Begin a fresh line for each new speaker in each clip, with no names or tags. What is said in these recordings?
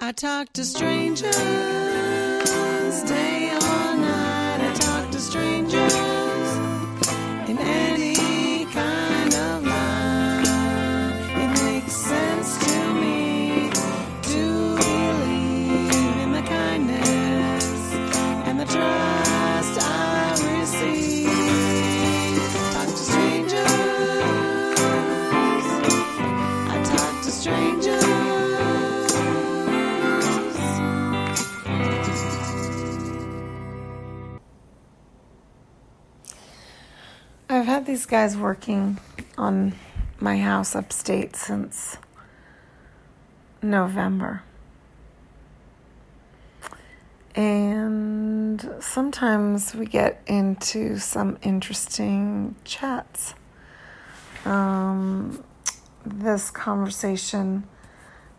I talk to strangers day or night. I talk to strangers in any kind of line. It makes sense to me to believe in the kindness and the trust I receive. Talk to strangers. I talk to strangers.
I've had these guys working on my house upstate since November. And sometimes we get into some interesting chats. Um, this conversation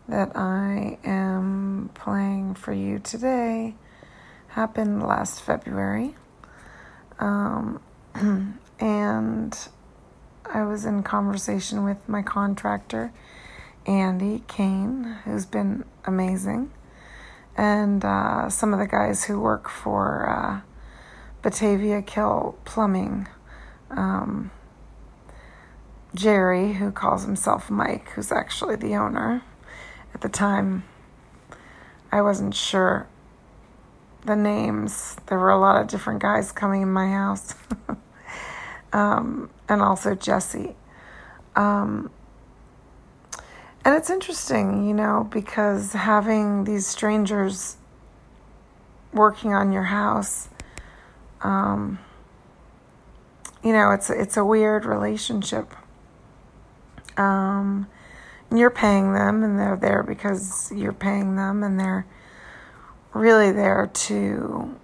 that I am playing for you today happened last February. Um, and I was in conversation with my contractor, Andy Kane, who's been amazing, and uh, some of the guys who work for uh, Batavia Kill Plumbing. Um, Jerry, who calls himself Mike, who's actually the owner. At the time, I wasn't sure the names. There were a lot of different guys coming in my house. um, and also Jesse. Um, and it's interesting, you know, because having these strangers working on your house, um, you know, it's it's a weird relationship. Um, and you're paying them, and they're there because you're paying them, and they're really there to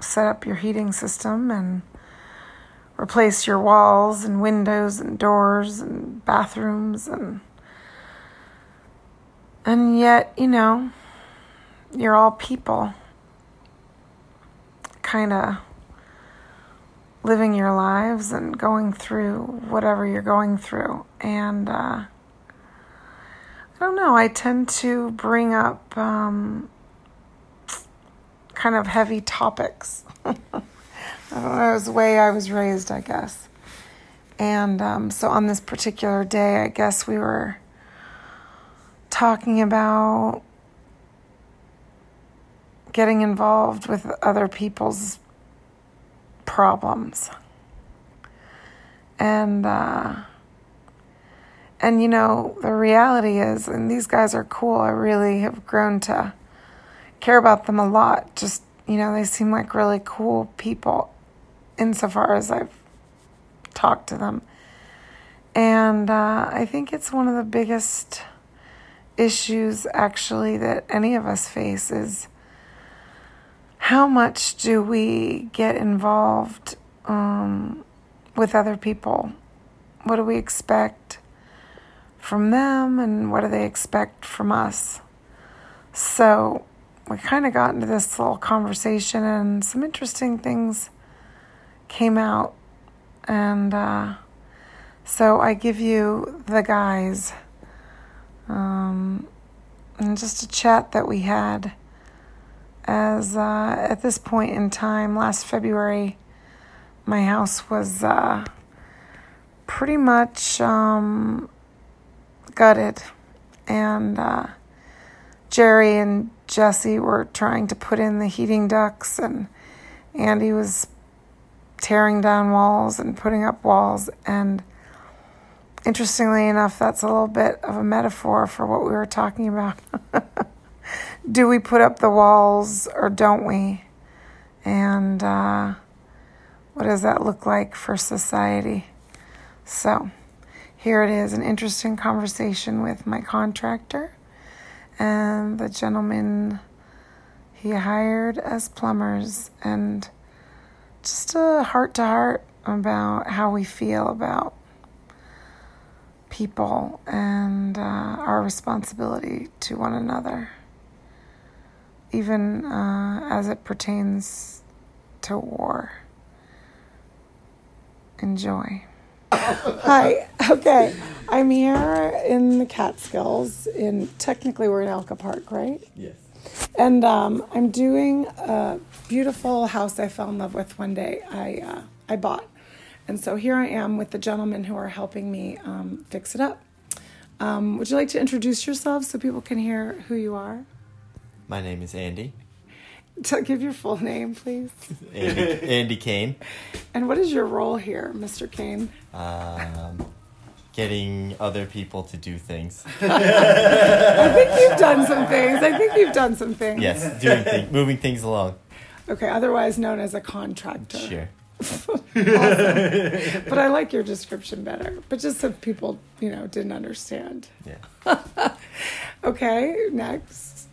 set up your heating system and replace your walls and windows and doors and bathrooms and and yet, you know, you're all people kind of living your lives and going through whatever you're going through and uh I don't know. I tend to bring up um, kind of heavy topics. I don't know. It was the way I was raised, I guess. And um, so on this particular day, I guess we were talking about getting involved with other people's problems. And, uh, and you know, the reality is, and these guys are cool. I really have grown to care about them a lot. Just, you know, they seem like really cool people insofar as I've talked to them. And uh, I think it's one of the biggest issues, actually, that any of us face is how much do we get involved um, with other people? What do we expect from them, and what do they expect from us? So we kind of got into this little conversation, and some interesting things came out. And uh, so I give you the guys um, and just a chat that we had. As uh, at this point in time, last February, my house was uh, pretty much um, gutted, and uh, Jerry and Jesse were trying to put in the heating ducts, and Andy was tearing down walls and putting up walls. And interestingly enough, that's a little bit of a metaphor for what we were talking about. Do we put up the walls or don't we? And uh, what does that look like for society? So here it is an interesting conversation with my contractor and the gentleman he hired as plumbers and just a heart to heart about how we feel about people and uh, our responsibility to one another, even uh, as it pertains to war. Enjoy. Hi. Okay. I'm here in the Catskills. In technically, we're in Elka Park, right?
Yes.
And um, I'm doing a beautiful house I fell in love with one day. I uh, I bought, and so here I am with the gentlemen who are helping me um, fix it up. Um, would you like to introduce yourself so people can hear who you are?
My name is Andy.
To give your full name, please.
Andy, Andy Kane.
And what is your role here, Mr. Kane?
Um, getting other people to do things.
I think you've done some things. I think you've done some things.
Yes, doing things, moving things along.
Okay, otherwise known as a contractor.
Sure.
But I like your description better. But just so people, you know, didn't understand.
Yeah.
Okay, next.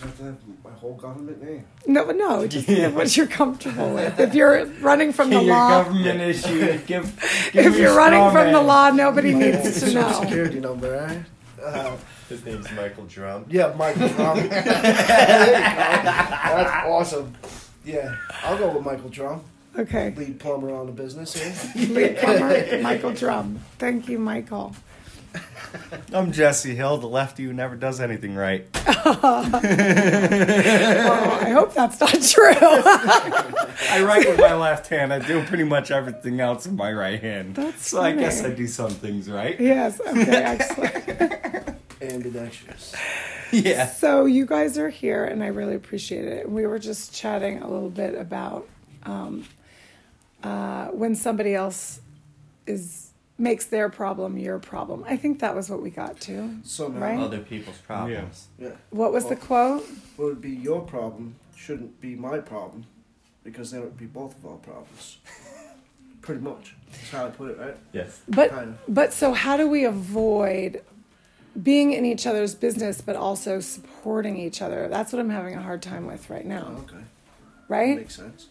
I have to have my whole government name.
No, but no, just what you're comfortable with. If you're running from the
your
law,
government issue. Give, give
if
your
you're running
straw
from the
man.
law, nobody needs to
Social
know.
security number, right? Uh,
His name's Michael Drum.
yeah, Michael Trump. There you go. That's awesome. Yeah, I'll go with Michael Trump,
Okay,
lead plumber on the business here.
lead plumber Michael Drum. Thank you, Michael.
I'm Jesse Hill, the lefty who never does anything right.
Well, I hope that's not true.
I write with my left hand. I do pretty much everything else with my right hand.
That's
so I guess I
funny.
do some things right.
yes. Okay. Excellent.
Ambidextrous.
Yeah.
So you guys are here, and I really appreciate it. We were just chatting a little bit about um, uh, when somebody else is makes their problem your problem. I think that was what we got to.
So now,
Right.
Other people's problems.
yeah,
What was the quote?
what would be your problem shouldn't be my problem, because then it would be both of our problems. Pretty much. That's how I put it, right?
Yes.
But
Kind
but so how do we avoid being in each other's business, but also supporting each other? That's what I'm having a hard time with right now.
Okay,
Right?
makes sense.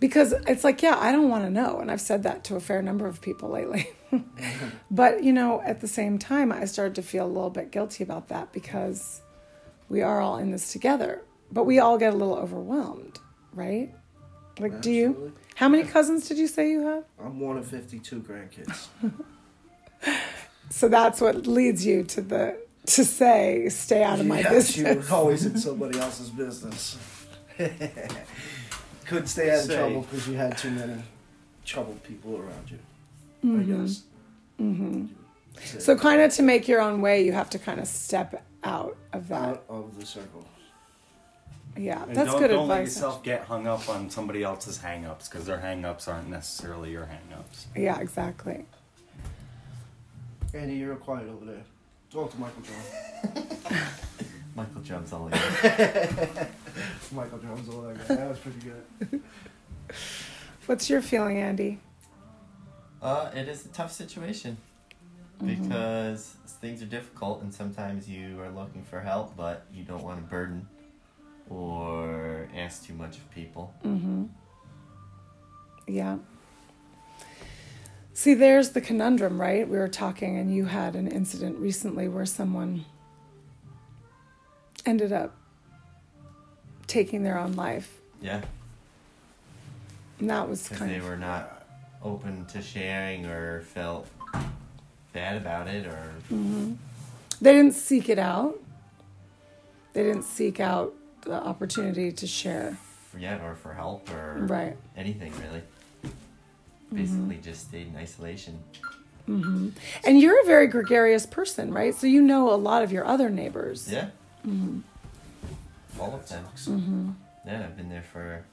because it's like yeah i don't want to know and i've said that to a fair number of people lately but you know at the same time i started to feel a little bit guilty about that because we are all in this together but we all get a little overwhelmed right like do you
Absolutely.
how many cousins did you say you have
I'm one of 52 grandkids.
so that's what leads you to the to say stay out of my
Yes, you
business
were always in somebody else's business. Couldn't stay out of
Say-
trouble because you had too many troubled people around you. I guess. Mm-hmm.
so kind of to make your own way you have to kind of step out of that
out of the circle.
yeah
And
that's
don't,
good
don't let
advice
yourself get hung up on somebody else's hang-ups because their hang-ups aren't necessarily your hang-ups.
actually. yeah exactly
Andy, you're quiet over there. Talk to Michael John.
Michael Drum's all in.
Michael John's all that guy. That was pretty good.
what's your feeling andy
Uh, it is a tough situation Mm-hmm. because things are difficult, and sometimes you are looking for help, but you don't want to burden or ask too much of people.
Yeah. See, there's the conundrum, right? We were talking, and you had an incident recently where someone ended up taking their own life.
Yeah,
And that was
because they
kind of.
were not open to sharing or felt bad about it or
They didn't seek it out, they didn't seek out the opportunity to share.
yeah or for help or
Right. Mm-hmm.
anything really. Basically, just stayed in isolation.
And you're a very gregarious person, right? So you know a lot of your other neighbors.
Yeah.
Mm-hmm.
All of them. Yeah, I've been there for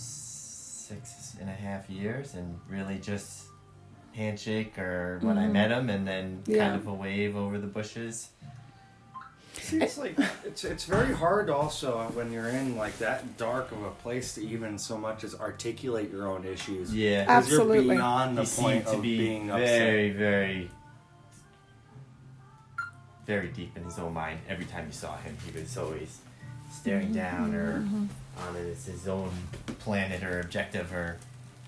six and a half years and really just handshake or when I met him and then
Mm-hmm. Yeah.
kind of a wave over the bushes.
It's like it's it's very hard also when you're in like that dark of a place to even so much as articulate your own issues.
Yeah.
'Cause
Absolutely.
You're beyond the
he seemed
point
to
of
be
being upset.
very, very, very deep in his own mind. Every time you saw him, he was always
Mm-hmm.
staring down or on his, his own planet or objective or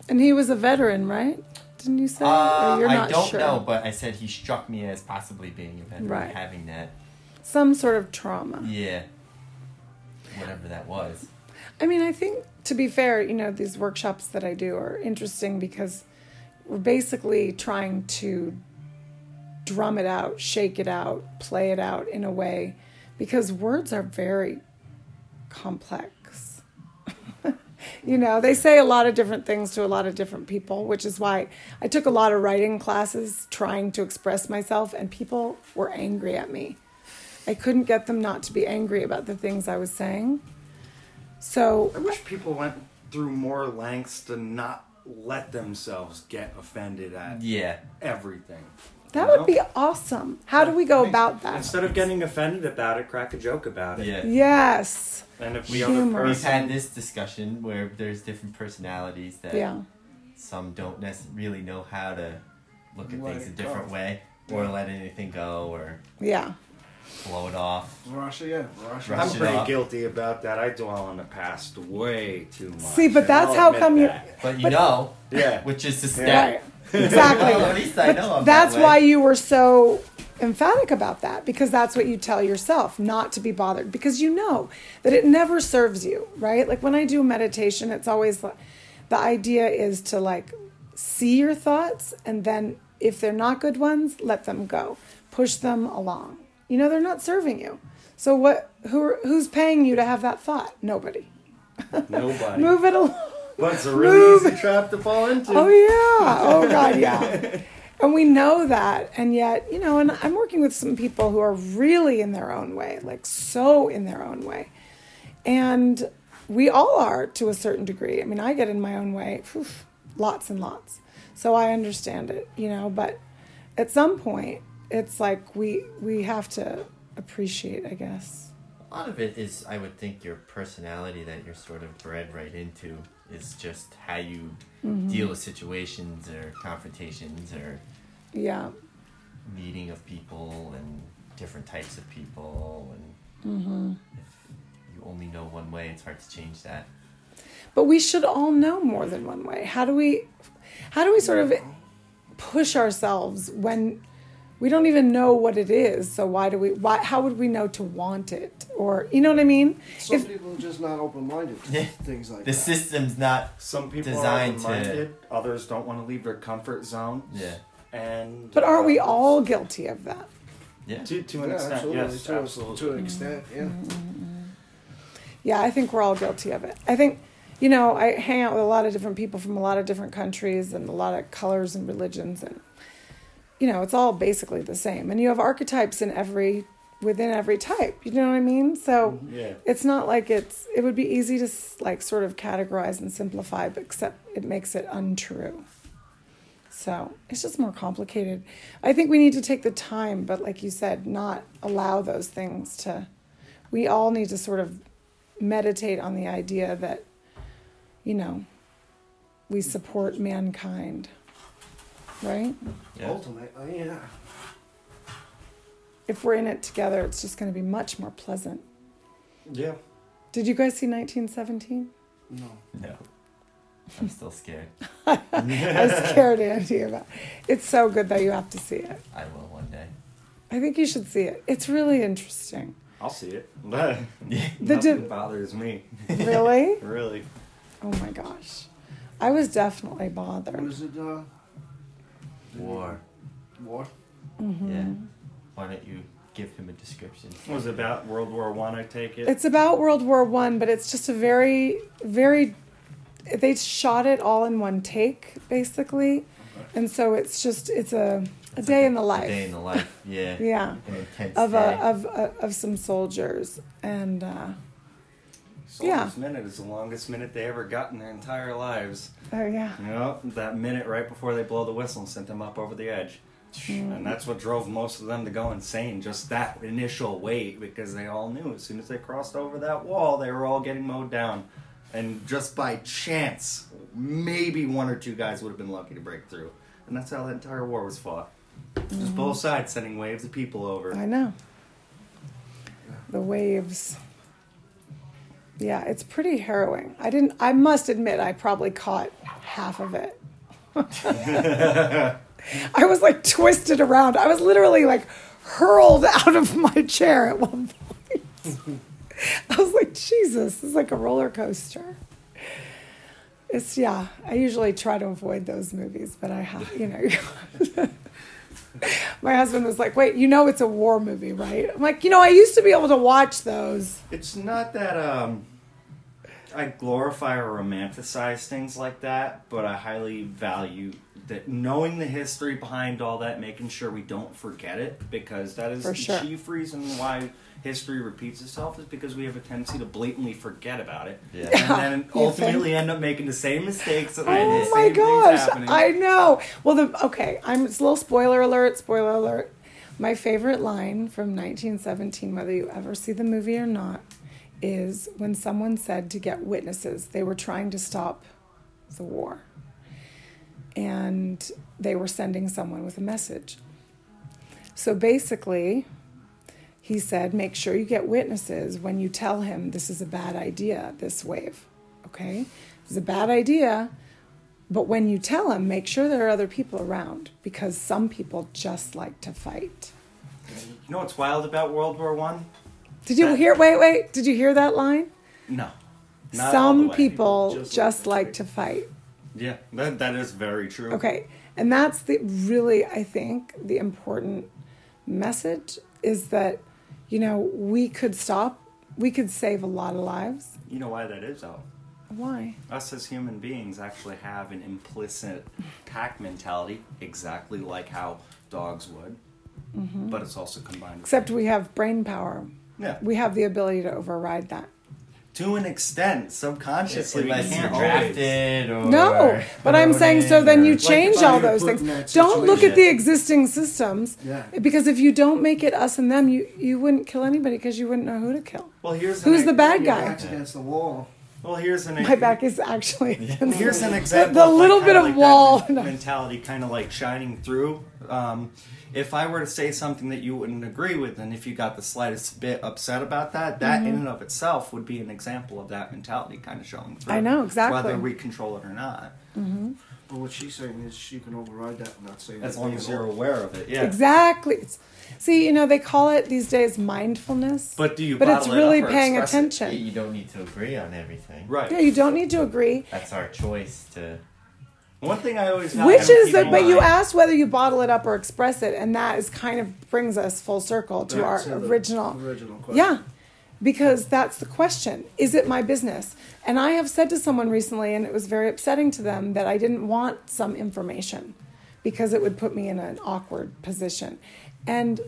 And he was a veteran, right? Didn't you say? Or
Uh,
you're
I
not
don't
sure.
know, but I said he struck me as possibly being a veteran,
Right.
having that,
Some sort of trauma.
yeah, whatever that was.
I mean, I think to be fair, you know, these workshops that I do are interesting because
we're basically trying to drum it out, shake it out, play it out in a way because words are very complex. you know, they say a lot of different things to a lot of different people, which is why I took a lot of writing classes trying to express myself, and people were angry at me. I couldn't get them not to be angry about the things I was saying.
I
So,
wish people went through more lengths to not let themselves get offended at
Yeah.
everything.
that
you
would be
know?
awesome. How do we go about that?
Instead of getting offended about it, crack a joke about it.
Yeah.
Yes.
And if the other
Humor.
We've
person
had this discussion where there's different personalities that
Yeah.
some don't nec- really know how to look at
Let
things a
it
different
go.
way or let anything go or
Yeah.
blow it off.
Russia, yeah, Russia.
I'm
Brush it
pretty
off.
guilty about that. I dwell on the past way too much.
See, but
and
that's
I'll
how
admit
come you-
that.
But you
But-
know,
Yeah.
which is the
Right.
step.
Exactly.
Well, at least I know I'm
That's
that way.
why you were so emphatic about that because that's what you tell yourself not to be bothered because you know that it never serves you, right? Like when I do meditation, it's always li- the idea is to like see your thoughts and then if they're not good ones, let them go. Push them along. You know they're not serving you. So what who who's paying you to have that thought? Nobody.
Nobody.
Move it along.
But it's a really
Move.
easy trap to fall into.
Oh yeah. Oh god, yeah. And we know that, and yet, you know, and I'm working with some people who are really in their own way, like so in their own way. And we all are to a certain degree. I mean, I get in my own way, phew, lots and lots. So I understand it, you know, but at some point it's like we we have to appreciate, I guess.
A lot of it is, I would think, your personality that you're sort of bred right into is just how you deal with situations or confrontations or
Yeah.
meeting of people and different types of people. And if you only know one way, it's hard to change that.
but we should all know more than one way how do we how do we sort of push ourselves when we don't even know what it is so why do we why how would we know to want it or you know what i mean
Some
If-
people are just not open minded to
Yeah.
things like
The
that.
system's not.
Some people
Designed to-
are minded. Others don't want to leave their comfort zone.
Yeah.
And
but aren't we
uh,
all guilty of that
Yeah.
To, to an
yeah,
extent,
absolutely.
yes,
to, a-
absolutely.
to an extent, yeah.
Yeah, I think we're all guilty of it. I think, you know, I hang out with a lot of different people from a lot of different countries and a lot of colors and religions and you know, it's all basically the same. And you have archetypes in every within every type. You know what I mean? So
Mm-hmm.
Yeah.
it's not like it's it would be easy to s- like sort of categorize and simplify, but except it makes it untrue. So it's just more complicated. I think we need to take the time, but like you said, not allow those things to. We all need to sort of meditate on the idea that, you know, we support mankind, right?
yeah.
Ultimately, uh, yeah.
If we're in it together, it's just going to be much more pleasant.
Yeah.
Did you guys see 1917?
No.
No. I'm still scared.
I was scared, Andy, about It's so good though. You have to see it.
I will one day.
I think you should see it. It's really interesting.
I'll see it.
The
Nothing
di-
bothers me,
really?
really.
Oh my gosh. I was definitely
What
bothered.
is it, uh,
War.
war?
Mm-hmm.
Yeah. Why don't you give him a description?
It was about World War One, I, take it.
It's about World War One, but it's just a very, very. They shot it all in one take, basically, and so it's just it's a, a day in the
A day
life.
in the life. Yeah.
Yeah,
An intense
of
day.
a, of a, of some soldiers, and uh, yeah.
Soldier's minute is the longest minute they ever got in their entire lives.
oh yeah,
You know, that minute right before they blow the whistle sent them up over the edge. And that's what drove most of them to go insane, just that initial wait, because they all knew as soon as they crossed over that wall, they were all getting mowed down. And just by chance, maybe one or two guys would have been lucky to break through. And that's how the entire war was fought. Just both sides sending waves of people over.
I know. The waves. Yeah, it's pretty harrowing. I didn't. I must admit, I probably caught half of it. I was like twisted around. I was literally like hurled out of my chair at one point. I was like, Jesus, this is like a roller coaster. It's yeah. I usually try to avoid those movies, but I have, you know. My husband was like, "Wait, you know it's a war movie, right?" I'm like, "You know, I used to be able to watch those."
It's not that um, I glorify or romanticize things like that, but I highly value that knowing the history behind all that, making sure we don't forget it, because that is
For
the
sure.
chief reason why history repeats itself is because we have a tendency to blatantly forget about it,
Yeah.
and then
You
ultimately end up making the same mistakes. that led to the
Oh my
same things
gosh,
happening.
I know. Well, the okay, I'm it's a little spoiler alert. Spoiler alert. My favorite line from 1917, whether you ever see the movie or not, is when someone said to get witnesses. They were trying to stop the war, and they were sending someone with a message. So basically, he said, make sure you get witnesses when you tell him this is a bad idea, this wave. Okay? This is a bad idea. But when you tell him, make sure there are other people around because some people just like to fight.
You know what's wild about World War One?
Did you hear? Wait, wait. Did you hear that line?
No, Not all the
some
way.
people
just
just,
like
like,
to
to fight.
Yeah, that, that is very true.
Okay. And that's the really, I think, the important message is that, you know, we could stop, we could save a lot of lives.
You know why that is though.
Why?
us as human beings actually have an implicit pack mentality, exactly like how dogs would. But it's also combined. with-
Mm-hmm. Except we have brain power.
yeah,
We have the ability to override that.
to an extent, subconsciously, we
Unless you're
can't always.
drafted or
No, but I'm saying so.
promoted
Then
or-
you change
if I
all
were to
those
put
things.
in that
Don't look at
situation-
the existing systems,
Yeah.
because if you don't make it us and them, you you wouldn't kill anybody because you wouldn't know who to kill.
Well, here's
Who's
an,
the bad
Your
guy?
back's against the wall.
Well, here's an
My back is actually against
Here's an
the-
example.
The
of, like,
little
kinda
bit of
like that
wall.
men- mentality, kind of like shining through. Um, if I were to say something that you wouldn't agree with, and if you got the slightest bit upset about that, that
Mm-hmm.
in and of itself would be an example of that mentality kind of showing through.
I know, exactly.
Whether we control it or not,
But what she's saying is you can override that and not say
as
anything
long
at
as
all.
you're aware of it. Yeah.
Exactly. It's- See, you know, they call it these days mindfulness,
But do you?
but it's
bottle it
really
up or
paying
express it?
attention.
You don't need to agree on everything.
Right.
Yeah, you don't need to agree.
That's our choice to.
One thing I always have
Which
to
is
keep
that,
in
but you
mind-
asked whether you bottle it up or express it, and that is kind of brings us full circle to
Back
our
to the
original.
original question.
Yeah, because that's the question. Is it my business? And I have said to someone recently, and it was very upsetting to them, that I didn't want some information because it would put me in an awkward position. And,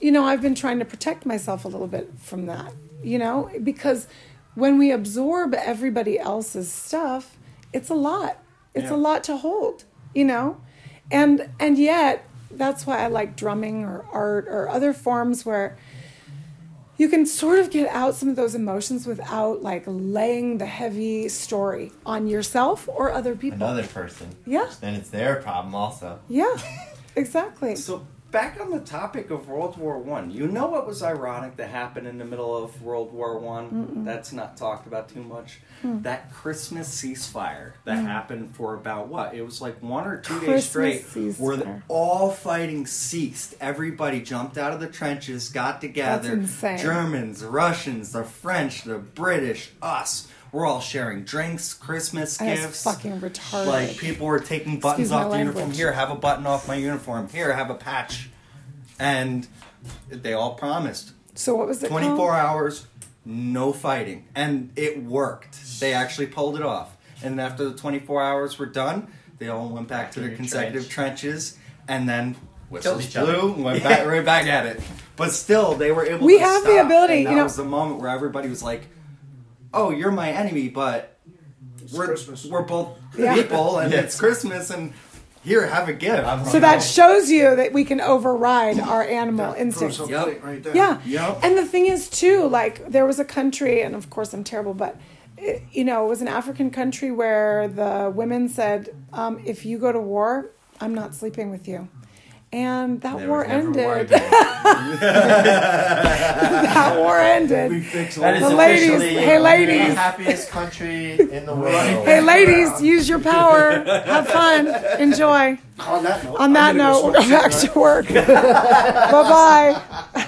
you know, I've been trying to protect myself a little bit from that, you know, because when we absorb everybody else's stuff, it's a lot. It's a
Yeah.
lot to hold, you know? And and yet that's why I like drumming or art or other forms where you can sort of get out some of those emotions without like laying the heavy story on yourself or other people.
another person.
Yeah.
Then it's their problem also.
Yeah, exactly.
So back on the topic of World War One, you know what was ironic that happened in the middle of World War One? That's not talked about too much.
Hmm.
That Christmas ceasefire that happened for about what? It was like one or two days
Christmas
straight, where the,
ceasefire.
all fighting ceased. Everybody jumped out of the trenches, got together.
insane.
Germans, Russians, the French, the British, us. We're all sharing drinks, Christmas
That's
gifts.
fucking retarded.
Like people were taking
Excuse
buttons
my
off the uniform.
language.
Here, have a button off my uniform. Here, have a patch. And they all promised
so what was it?
24
called?
hours, no fighting. And it worked. They actually pulled it off. And after the 24 hours were done, they all went back to
to
their
your
consecutive
trench.
trenches and then whistles
each other.
blew and went back, right back at it. But still, they were able
We
to
have the
stop,
ability,
and that
you know-
was the moment where everybody was like, oh, you're my enemy, but we're
Christmas.
we're both
Yeah.
people and it's Christmas and here have a gift.
I'm
So that shows you that we can override our animal instincts.
Personal
Yep.
plate right there.
Yeah.
Yep.
And the thing is, too, like there was a country, and of course I'm terrible, but it, you know, it was an African country where the women said, um, "If you go to war, I'm not sleeping with you." And that war ended. that war
We
ended.
fix all
That is
The ladies-
officially
hey, ladies.
the happiest country in the world.
Hey, ladies, use your power. Have fun. Enjoy.
On that note,
On that
I'm gonna go
note, we're
smoke a
back
cigarette.
to work. bye bye.